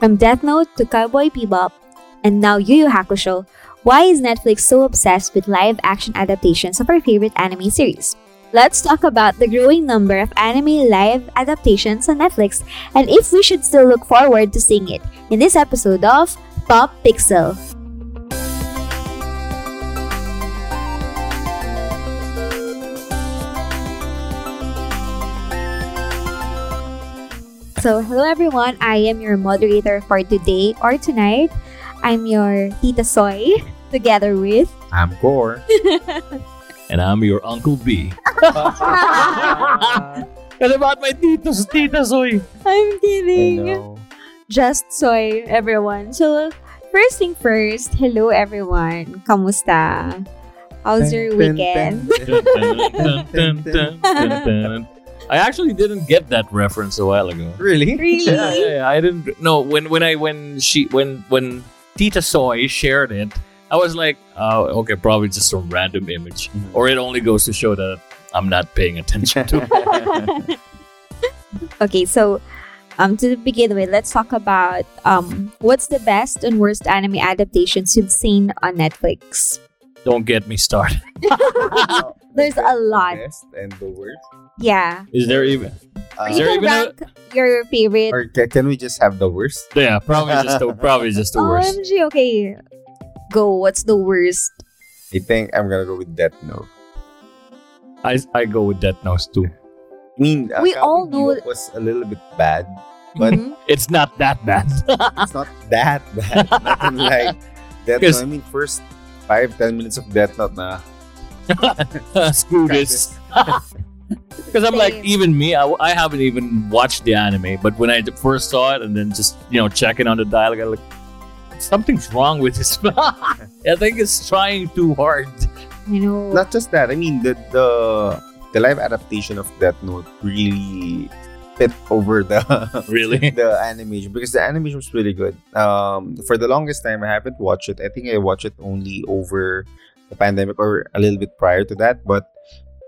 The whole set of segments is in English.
From Death Note to Cowboy Bebop, and now Yu Yu Hakusho, why is Netflix so obsessed with live action adaptations of our favorite anime series? Let's talk about the growing number of anime live adaptations on Netflix and if we should still look forward to seeing it in this episode of Pop Pixel. So, hello everyone. I am your moderator for today or tonight. I'm your Tita Soy, together with. I'm Gore. And I'm your Uncle B. Kasi bakit may titos, titas, oy? I'm kidding. Hello. Just Soy, everyone. So, first thing first, hello everyone. Kamusta? How's your weekend? I actually didn't get that reference a while ago. Really? Really? Yeah, yeah, yeah, I didn't. No, when when I when she when when Tita Soy shared it, I was like, oh, okay, probably just some random image, or it only goes to show that I'm not paying attention to. Okay, so um, to begin with, let's talk about um, what's the best and worst anime adaptations you've seen on Netflix. Don't get me started. There's a lot. The best and the worst. Yeah. Is there even? Uh, Is there you can even a- rank your favorite. or ca- can we just have the worst? Yeah, probably just the, probably just Oh, the worst. OMG, okay. Go, what's the worst? I think I'm gonna go with Death Note. I I go with Death Note too. I mean, uh, We all Cowboy know- Bebop was a little bit bad, but Mhm. It's not that bad. it's not that bad. Nothing like Death Note. Because- I mean, first five ten minutes of Death Note na. Screw this. Because I'm like, Same. even me, I, I haven't even watched the anime. But when I d- first saw it and then just, you know, checking on the dialogue, I'm like, something's wrong with this. I think it's trying too hard. I know. Not just that. I mean, the the the live adaptation of Death Note really fit over the Really? the animation because the animation was really good. Um, for the longest time, I haven't watched it. I think I watched it only over the pandemic or a little bit prior to that. But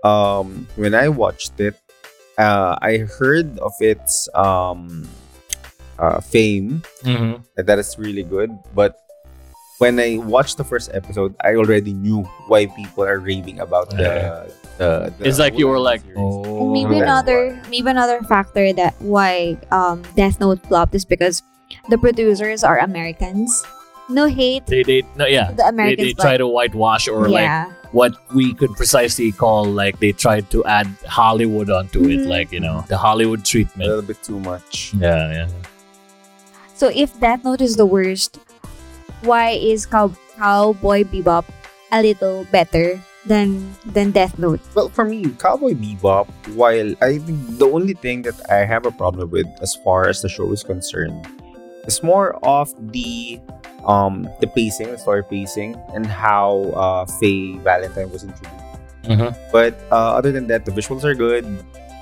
um, when I watched it, uh, I heard of its um, uh, fame Mm-hmm. that that is really good. But when I watched the first episode, I already knew why people are raving about the. the, the It's like you were whole like, series. oh. And maybe that's another maybe another factor that why um, Death Note flopped is because the producers are Americans. No hate. They, they, no, yeah. The They, Americans they try to whitewash or but, like yeah. what we could precisely call like they tried to add Hollywood onto Mhm. it, like, you know, the Hollywood a treatment. little bit too much. Yeah, yeah. So if Death Note is the worst, why is Cow- Cowboy Bebop a little better than than Death Note? Well, for me, Cowboy Bebop, while I think the only thing that I have a problem with as far as the show is concerned is more of the um the pacing, the story pacing, and how uh, Faye Valentine was introduced. Mm-hmm. But uh, other than that, the visuals are good.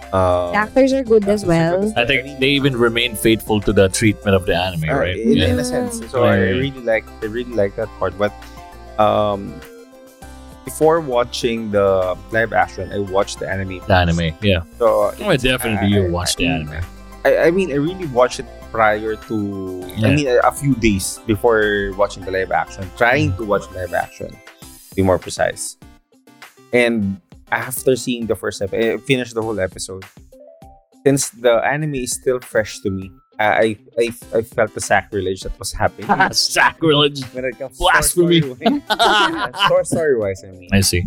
Uh, The actors are good as actors are well. good as I think they even remain faithful to the treatment of the anime, Uh, right? In, Yeah. in a sense, so Yeah, I yeah, yeah. really like I really like that part. But um, before watching the live action, I watched the anime. The anime, yeah. So Oh, definitely I- you watch the I- anime. I, I mean, I really watched it prior to. I Yeah. mean, a, a few days before watching the live action, trying to Mm. watch live action, to be more precise. And after seeing the first episode, finished the whole episode. Since the anime is still fresh to me, I I, I, I felt the sacrilege that was happening. Sacrilege. when it comes Blasphemy. Story, story wise, I mean. I see.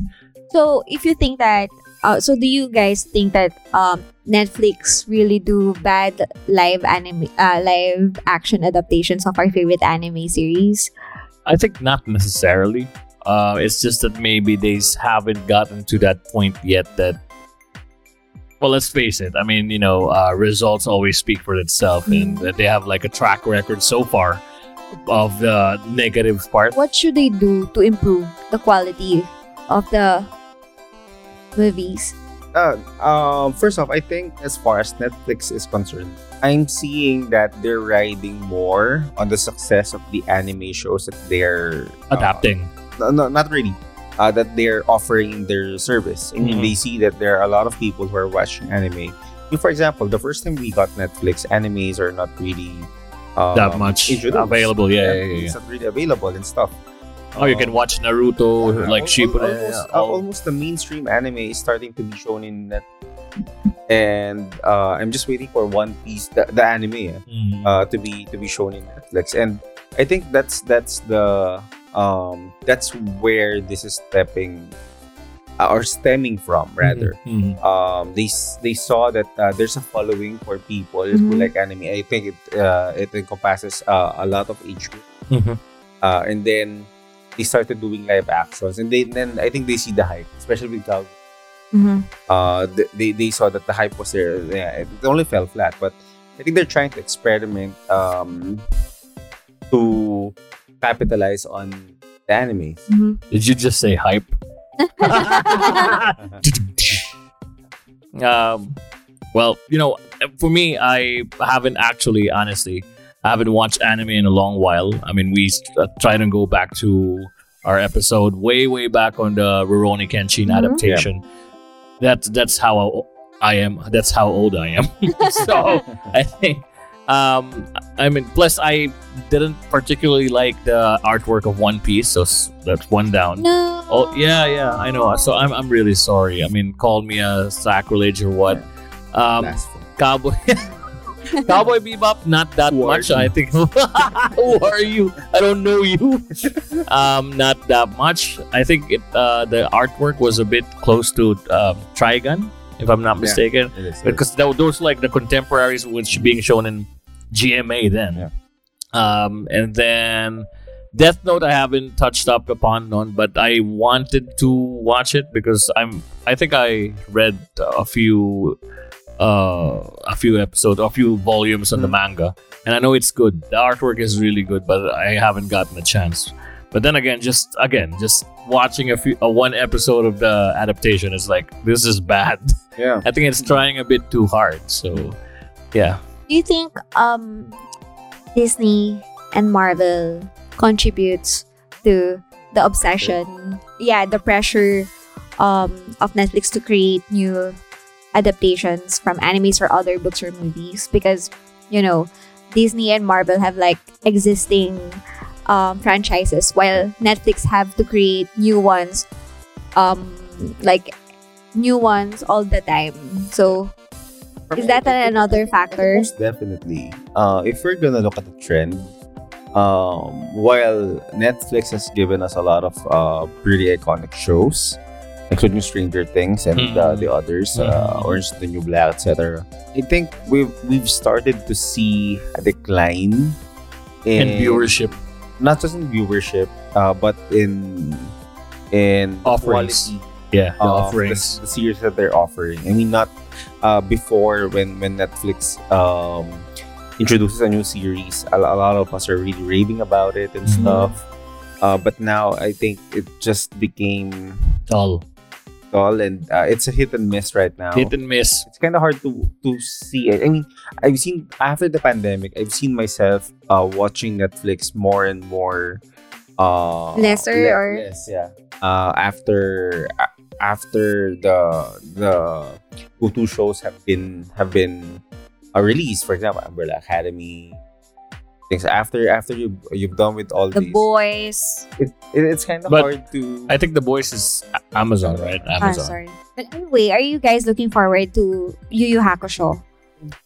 So if you think that, uh, so do you guys think that um, Netflix really do bad live anime, uh, live action adaptations of our favorite anime series? I think not necessarily. Uh, it's just that maybe they s- haven't gotten to that point yet that. Well, let's face it. I mean, you know, uh, results always speak for itself, and that they have like a track record so far of the negative part. What should they do to improve the quality of the movies? Uh, um, first off, I think as far as Netflix is concerned, I'm seeing that they're riding more on the success of the anime shows that they're uh, Adapting. no, no, not really. Uh, that they're offering in their service. I mean, Mhm. they see that there are a lot of people who are watching anime. I mean, For example, the first time we got Netflix, animes are not really um, that much introduced. available. Yeah, yeah, yeah, yeah. It's not really available and stuff. Oh, you can Um, watch Naruto, Yeah, al- like she put al- it. almost, yeah, all- almost the mainstream anime is starting to be shown in net and uh, i'm just waiting for one piece the, the anime Mm. uh, to be to be shown in netflix and i think that's that's the um that's where this is stepping uh, or stemming from rather Mhm. um they s- they saw that uh, there's a following for people who Mhm. like anime i think it uh, it encompasses uh, a lot of age groups Mhm. uh, and then they started doing live actions and they, then i think they see the hype especially with Gal. Mhm. uh th- they, they saw that the hype was there yeah, it only fell flat but i think they're trying to experiment um to capitalize on the anime Mhm. Did you just say hype? Ah, um, well, you know, for me, I haven't actually, honestly, I haven't watched anime in a long while. I mean, we uh, try to go back to our episode way, way back on the Rurouni Kenshin Mhm. adaptation. That's that's how I am. That's how old I am. so I think. Um, I mean, plus I didn't particularly like the artwork of One Piece, so s- that's one down. No. Oh yeah, yeah, I know. So I'm, I'm really sorry. I mean, call me a sacrilege or what. Um, Blasphemy. cowboy, cowboy bebop, not that Who are much. you? I think. Who are you? I don't know you. um, not that much. I think it, uh, the artwork was a bit close to um, Trigun, if I'm not Yeah. mistaken It is, it is. because tho- those were like the contemporaries which being shown in GMA then. Yeah. Um, and then Death Note I haven't touched up upon none, but I wanted to watch it because I'm I think I read a few uh a few episodes, a few volumes on the Mm. manga, and I know it's good. The artwork is really good, but I haven't gotten a chance. But then again, just again, just watching a few a one episode of the adaptation is like this is bad. yeah I think it's trying a bit too hard. So, yeah. Do you think um Disney and Marvel contributes to the obsession? Yeah, the pressure um of Netflix to create new adaptations from animes or other books or movies because you know Disney and Marvel have like existing um, franchises while Netflix have to create new ones um like new ones all the time. So For Is me, that I think- another I think factor? Most definitely. Uh, if we're gonna look at the trend, um, while Netflix has given us a lot of uh, pretty iconic shows, including Stranger Things and Mm. uh, the others, uh, Mhm. Orange is the New Black, etc. I think we've we've started to see a decline in And viewership. not just in viewership, uh, but in in Offerings. quality Yeah. The of The, offerings. the series that they're offering. I mean, not uh, before when when Netflix um, introduces a new series, a, a lot of us are really raving about it and Mhm. stuff. Uh, but now I think it just became Dull. dull and uh, it's a hit and miss right now. Hit and miss. it's kind of hard to to see it. I mean, I've seen after the pandemic, I've seen myself uh, watching Netflix more and more. Uh, Lesser or- less, yeah. Uh, after a- after the the go-to shows have been have been uh, released, for example, Umbrella Academy. Things after after you you've done with all the these, boys. it, it, it's kind of But hard to. I think the voice is A- Amazon, right? Ah, Amazon. sorry. But anyway, are you guys looking forward to Yu Yu Hakusho?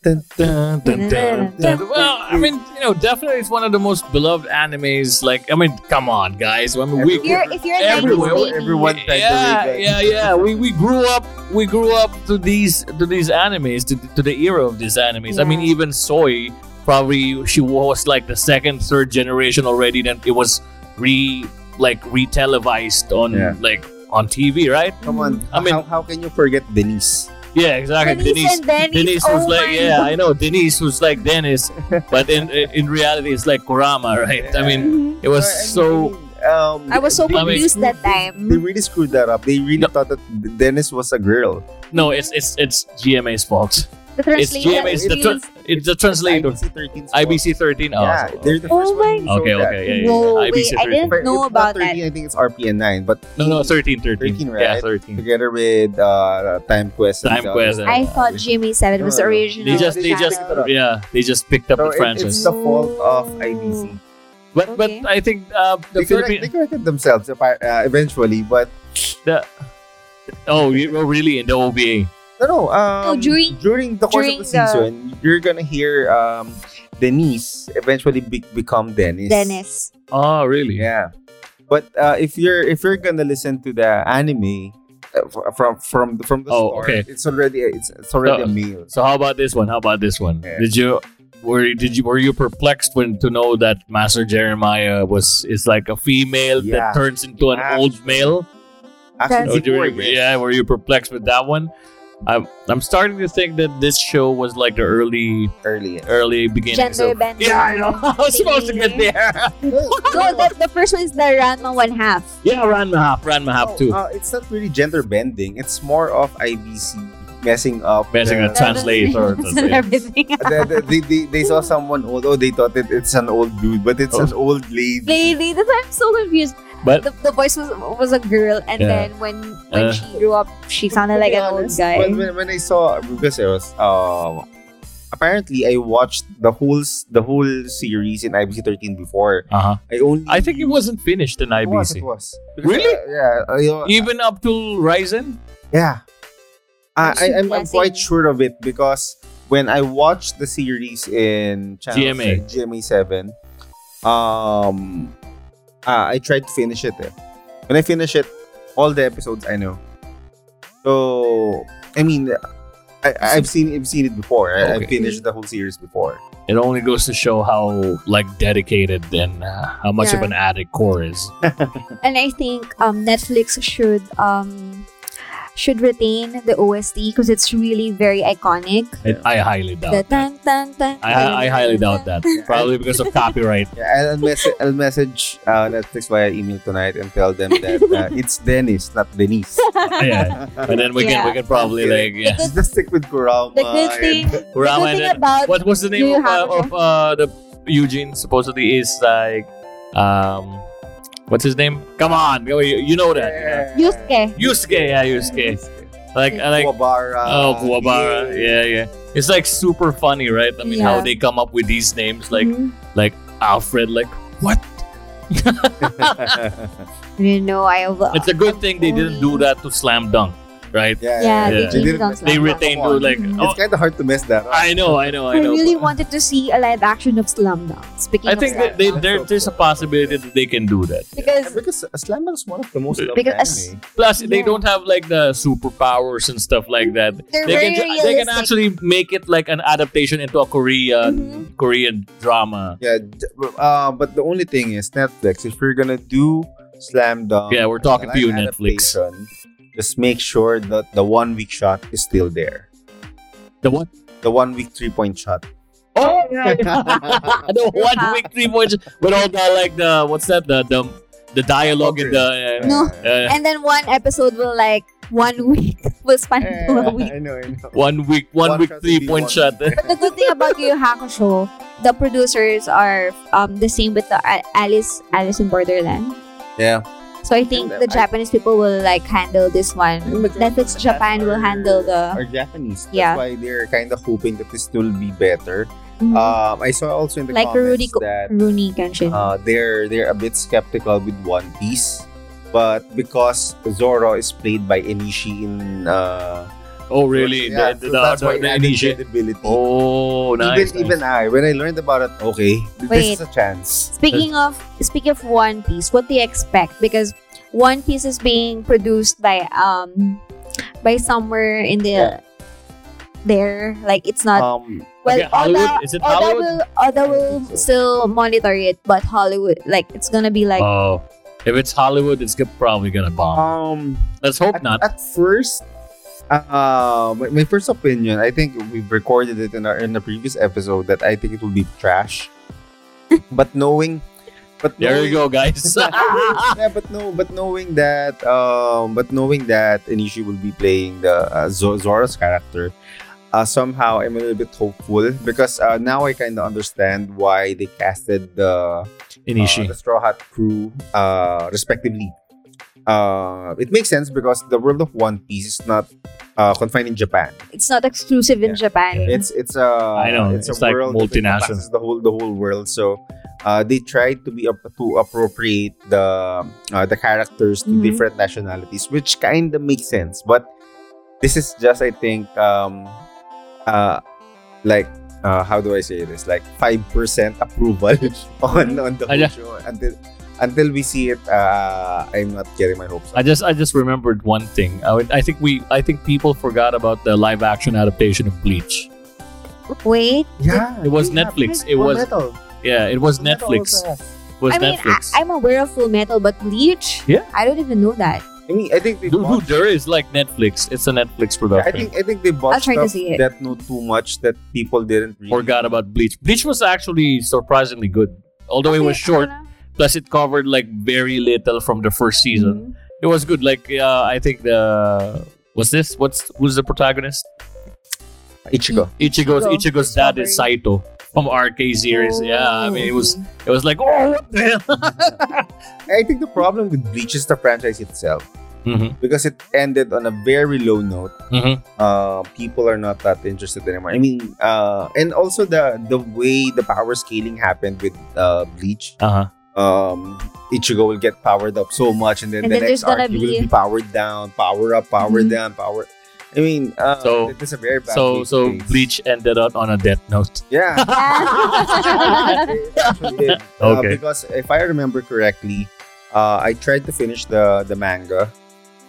Dun, dun. Dun, dun, dun, dun. Well, I mean, you know, definitely it's one of the most beloved animes. Like, I mean, come on, guys. I mean, we, If you're, if you're a Everywhere, 90s baby, everyone- tried to yeah, remake. yeah, yeah. We, we grew up we grew up to these to these animes to, to the era of these animes. I mean, Yeah. even Soy probably she was like the second third generation already. Then it was re like retelevised on Yeah. like on TV, right? Come on, I mean- how, how can you forget Denise? Yeah, exactly. Denise and Dennis, Denise oh was like, my yeah, I know Denise was like Dennis, but in in reality, it's like Kurama, right? I mean, Mhm. it was I mean, so um, I was so they- confused that time. They really screwed that up. They really No. thought that Dennis was a girl. no, it's it's it's GMA's fault. The It's translation GMA. It's the, feels- tra- it's the translator. IBC 13. squad. IBC 13. Oh, Yeah, so- they're the Oh first one my- who showed Okay, that. okay, yeah, yeah. Whoa, IBC wait, I 13. didn't But know it's not about that. 13, I think it's RPN 9, but no, no, 13, 13. 13, Yeah, right? 13. together with uh, Time Quest. and Time the Quest and- I thought GMA Seven was the No, no, no. original. They just, they just, channel. yeah, they just picked up So it- the franchise. it's the fault of IBC. okay. but, but I think uh, they, correct, they the Philippine. corrected themselves appa- uh, eventually, but Oh, you- oh, really? In the OVA. no, no. Um, No, during- during the course during of the, season, you're gonna hear um, Denise eventually be- become Dennis. Dennis. Oh, really? Yeah, but uh, if you're if you're gonna listen to the anime uh, f- from from the- from the Oh, start, okay. it's already it's, it's already So- a meal. So how about this one? How about this one? Yeah. Did you were you- did you were you perplexed when to know that Master Jeremiah was is like a female Yeah. that turns into an Yeah. old male? That's- Actually, Or Is it's do you- more, yes. yeah, were you perplexed with that one? I'm I'm starting to think that this show was like the early early. early beginnings Gender of- bending. Yeah, I know. I was supposed to get there. No, the, the first one is the Ranma One Half. yeah, Ranma half, Ranma half too. Uh, it's not really gender bending. It's more of IBC messing up. Messing the- a translator. and everything. the, the, they, they, they saw someone old. Oh, they thought it, it's an old dude, but Oh. it's an old lady. They, they, that's why I'm so confused. But The, the voice was was a girl, and Yeah. then when when Uh. she grew up, she sounded like an old guy. When, when, when I saw because I was um, apparently I watched the whole s- the whole series in IBC 13 before. uh-huh. I only I think it wasn't finished in It was, IBC. it was. Really? uh, yeah. I, Even up to Ryzen? Yeah. I, Which I, is I'm, I'm blessing. quite sure of it because when I watched the series in channel GMA. se- GMA 7, um, ah, I tried to finish it. eh. When I finish it, all the episodes I know. So, I mean, I, I've seen I've seen it before. I, I Okay. finished the whole series before. it only goes to show how like dedicated and uh, how much of Yeah. an addict core is. And I think um, Netflix should um, should retain the OST because it's really very iconic. It, I highly doubt. The that. tan tan tan. I, I highly doubt that. Probably because of copyright. Yeah, I'll, messa- I'll message uh, Netflix via email tonight and tell them that uh, it's Dennis, not Denise. yeah. And then we can we can probably like yeah. The Just stick with Kurama. The good and- thing, the Kurama and good thing then- about what was the Do you name of, have a- uh, of uh, the Eugene supposedly is like um what's his name? Come on, you, you know that. you know. Yusuke. Yusuke, yeah, Yusuke. Like I like Kuwabara. oh Kuwabara. Yeah, yeah. It's like super funny, right? I mean how Yeah. they come up with these names like Mhm. Alfred like what? you know, I have, It's a good thing they didn't do that to Slam Dunk, right? yeah, Oh. Yeah, they didn't didn't on mess They that up. retained Come to on. like. Mhm. Oh, It's kind of hard to mess that up. I know, I know, I I know. really wanted to see a live action of Slumdog. Speaking I of think that Slumdog. they, there, there's a possibility that they can do that. because because Slam Dunk is one of the most loved Because- anime. Plus, they Yeah. don't have like the superpowers and stuff like that. they're They very can ju- they can realistic. actually make it like an adaptation into a Korean Mhm. Korean drama. Yeah, d- uh, but the only thing is Netflix. If you're gonna do Slam Dunk, Yeah, we're talking to live you, Netflix. adaptation, Just make sure that the one week shot is still there. The what? The one week three point shot. Oh, yeah. the one week three points with all the like the what's that the the, the dialogue in the. Uh, No. uh, and then one episode will like one week will span Eh, to a week. I know, I know. one week, one, One week, shot three will be point one. shot. But the good thing about Yu Yu Hakusho, the producers are um, the same with the A- Alice Alice in Borderland. Yeah. So I think And, uh, the I- Japanese people will like handle this one. Netflix Japan will handle the. Or Japanese. That's Yeah. why they're kind of hoping that this will be better. Mhm. Um, I saw also in the Like comments Rudy Ko- Mm-hmm. that Rooney Kenshin. uh, they're they're a bit skeptical with One Piece, but because Zoro is played by Enishi in uh, Oh, really? yeah, the, so the, that's the- why the it added initial- credibility. Oh, nice. even even I nice. when I learned about it, okay, th- Wait. this is a chance. Speaking of speaking of One Piece, what do you expect? Because One Piece is being produced by um by somewhere in the there. Like it's not Um, well Okay, Hollywood? Oda, Is it Oda Hollywood? Oh, will Oda will still monitor it, but Hollywood like it's gonna be like oh, if it's Hollywood, it's go- probably gonna bomb. um, Let's hope at, not. at first. Uh, my, my first opinion, I think we've recorded it in our in the previous episode that I think it will be trash. but knowing, but There knowing, you go, guys. yeah, but no, but knowing that, um, but knowing that Anishi will be playing the uh, Zo- Zoro's character, uh, somehow I'm a little bit hopeful because uh, now I kind of understand why they casted the, uh, Inishi. the Straw Hat crew uh, respectively. Uh, it makes sense because the world of One Piece is not uh, confined in Japan. It's not exclusive in Japan. It's it's a I know, it's, it's a like world that multinational. encompasses the whole the whole world. So uh, they tried to be up to appropriate the uh, the characters to Mhm. different nationalities, which kind of makes sense. But this is just I think um uh like uh, how do I say this like five percent approval on on the whole Ala. show until until we see it. Uh, I'm not getting my hopes. I up. just I just remembered one thing. I, would- I think we I think people forgot about the live action adaptation of Bleach. Wait, yeah, It was yeah, Netflix. Full It was- Metal. Yeah, it was Full Metal Netflix. also has- It was I mean, Netflix. I, am aware of Full Metal, but Bleach? Yeah. I don't even know that. I mean, I think they Dude, bought- dude, there is like Netflix. It's a Netflix I production. think I think they bought I'll try to stuff see it. that know too much that people didn't really Forgot about Bleach. Bleach was actually surprisingly good. Although it Okay, was I short, don't know. plus it covered like very little from the first season. Mm-hmm. Mm-hmm. It was good. Like uh, I think the what's this? What's who's the protagonist? Ichigo. Ichigo's Ichigo. Ichigo's dad is Strawberry. Saito from RK series. Yeah, I mean it was Oh. it was like oh what the hell. I think the problem with Bleach is the franchise itself Mhm, because it ended on a very low note. mhm. Uh, people are not that interested anymore. I mean, uh, and also the the way the power scaling happened with uh, Bleach. Uh-huh. Um, Ichigo will get powered up so much, and then And the then next there's gonna arc he will be- be powered down, power up, power Mhm. down, power. I mean, uh, So- it is a very bad So way to so face- Bleach ended up on a death note. Yeah. It actually did. Uh, Okay. because if I remember correctly, uh, I tried to finish the the manga,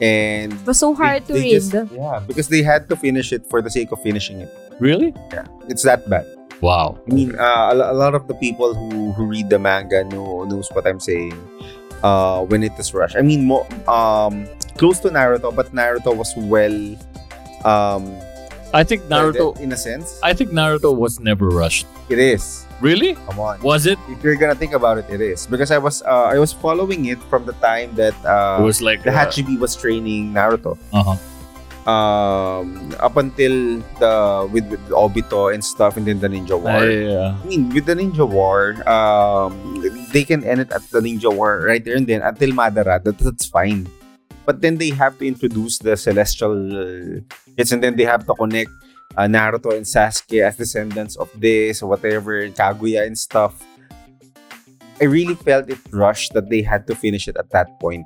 and It was so hard to they read. just- yeah, because they had to finish it for the sake of finishing it. Really? Yeah, it's that bad. Wow. I mean, uh, a, lo- a lot of the people who, who read the manga know knows what I'm saying. Uh, when it is rushed, I mean, mo- um, close to Naruto, but Naruto was well, um, I think Naruto guided in a sense. I think Naruto was never rushed. it is. Really? Come on. Was it? if you're gonna think about it, it is because I was uh, I was following it from the time that it uh, was like the uh, Hachibi was training Naruto uh-huh. um, up until the with, with Obito and stuff, and then the Ninja War. Uh, yeah. I mean, with the Ninja War, um, they can end it at the Ninja War right there and then until Madara. That, that's fine. But then they have to introduce the celestial uh, kids and then they have to connect uh, Naruto and Sasuke as descendants of this or whatever, and Kaguya and stuff. I really felt it rushed that they had to finish it at that point.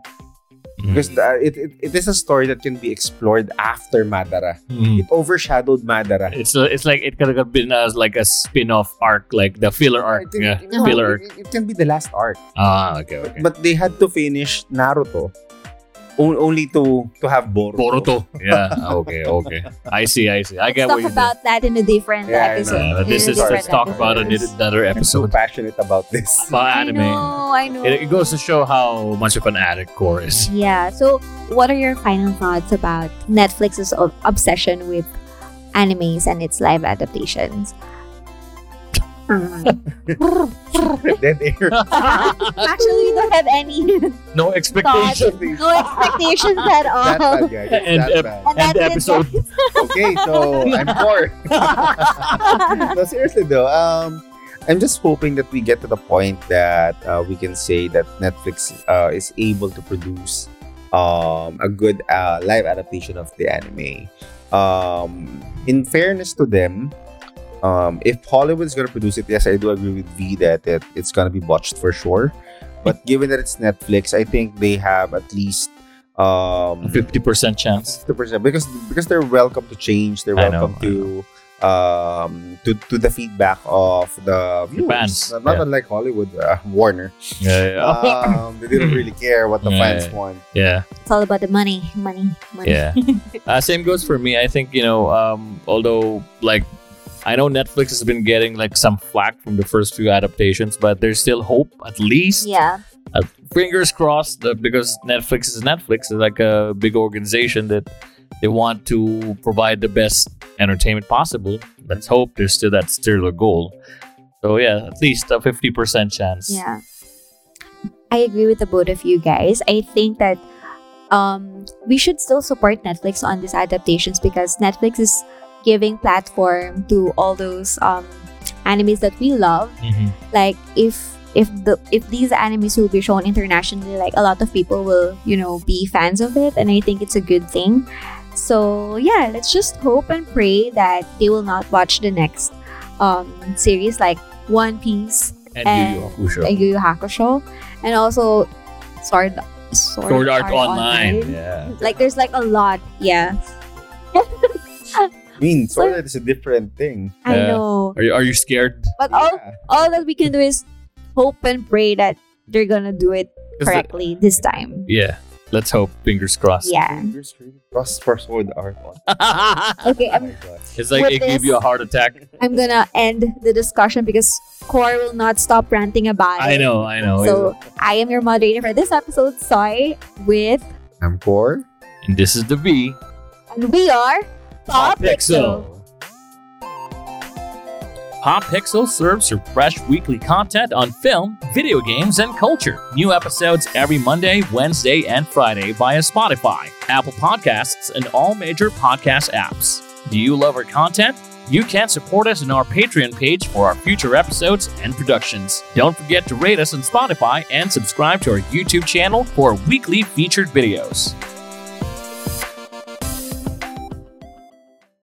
Because uh, it, it, it is a story that can be explored after Madara. Mhm. It overshadowed Madara. Mm-hmm. It's a, it's like it could have been as like a spin-off arc, like the filler arc. It can- Yeah. it- Filler arc. it- it can be the last arc. Ah, okay, okay. But they had to finish Naruto on- only to to have Boruto. Boruto. Yeah. Okay. Okay. I see. I see. I get Let's talk what you mean. about that in a different Yeah, I know. episode. Yeah, but In this a is different let's talk about it in episode. another I'm so episode. passionate about this. About I anime. know, I know. It, it goes to show how much of an addict core is. Yeah. So, what are your final thoughts about Netflix's ob- obsession with animes and its live adaptations? Mm. Dead air. Actually, we don't have any no expectation. no expectations at That all. bad, guys. It's And, that uh, bad. And End the that's it, episode. guys. Okay, so I'm poor. no, seriously though. Um, I'm just hoping that we get to the point that uh, we can say that Netflix uh, is able to produce um, a good uh, live adaptation of the anime. Um, in fairness to them, um, if Hollywood's gonna produce it, yes, I do agree with V that it, it's gonna be botched for sure. But given that it's Netflix, I think they have at least um, Fifty percent chance. 50% because because they're welcome to change they're I know, welcome to um to to the feedback of the viewers fans, not, not yeah. unlike hollywood uh, warner Yeah. Yeah. um, they didn't really care what the Yeah, fans yeah. want yeah. It's all about the money, money, money. Yeah. uh, same goes for me. I think, you know, um, although, like, I know Netflix has been getting, like, some flack from the first few adaptations, but there's still hope, at least. Yeah. Fingers crossed, that because Netflix is Netflix, it's like a big organization that they want to provide the best entertainment possible. Let's hope there's still that still a goal. So, yeah, at least a 50% chance. Yeah. I agree with the both of you guys. I think that um, we should still support Netflix on these adaptations because Netflix is giving platform to all those um, animes that we love. Mhm. Like if if the if these animes will be shown internationally, like a lot of people will you know be fans of it, and I think it's a good thing. So yeah, let's just hope and pray that they will not watch the next um, series like One Piece And Yu Yu Hakusho. and Yu Yu Hakusho, and also Sword Sword, Sword Art Online. Yeah. Like there's like a lot, yeah. I mean, Sword Art is a different thing. I Yeah. know. Are you are you scared? But all Yeah. all that we can do is hope and pray that they're gonna do it 'Cause the- correctly this time. yeah. Let's hope. Fingers crossed. Yeah. Fingers crossed for Sword Art. Okay, Oh I'm my gosh. it's like With it gave this- you a heart attack. I'm gonna end the discussion because Core will not stop ranting about I it. know. I know. So I am your moderator for this episode, Soy, with I'm poor. and this is the B. and we are Pop Pixel. Pop Pixel serves your fresh weekly content on film, video games, and culture. New episodes every Monday, Wednesday, and Friday via Spotify, Apple Podcasts, and all major podcast apps. Do you love our content? You can support us in our Patreon page for our future episodes and productions. Don't forget to rate us on Spotify and subscribe to our YouTube channel for weekly featured videos.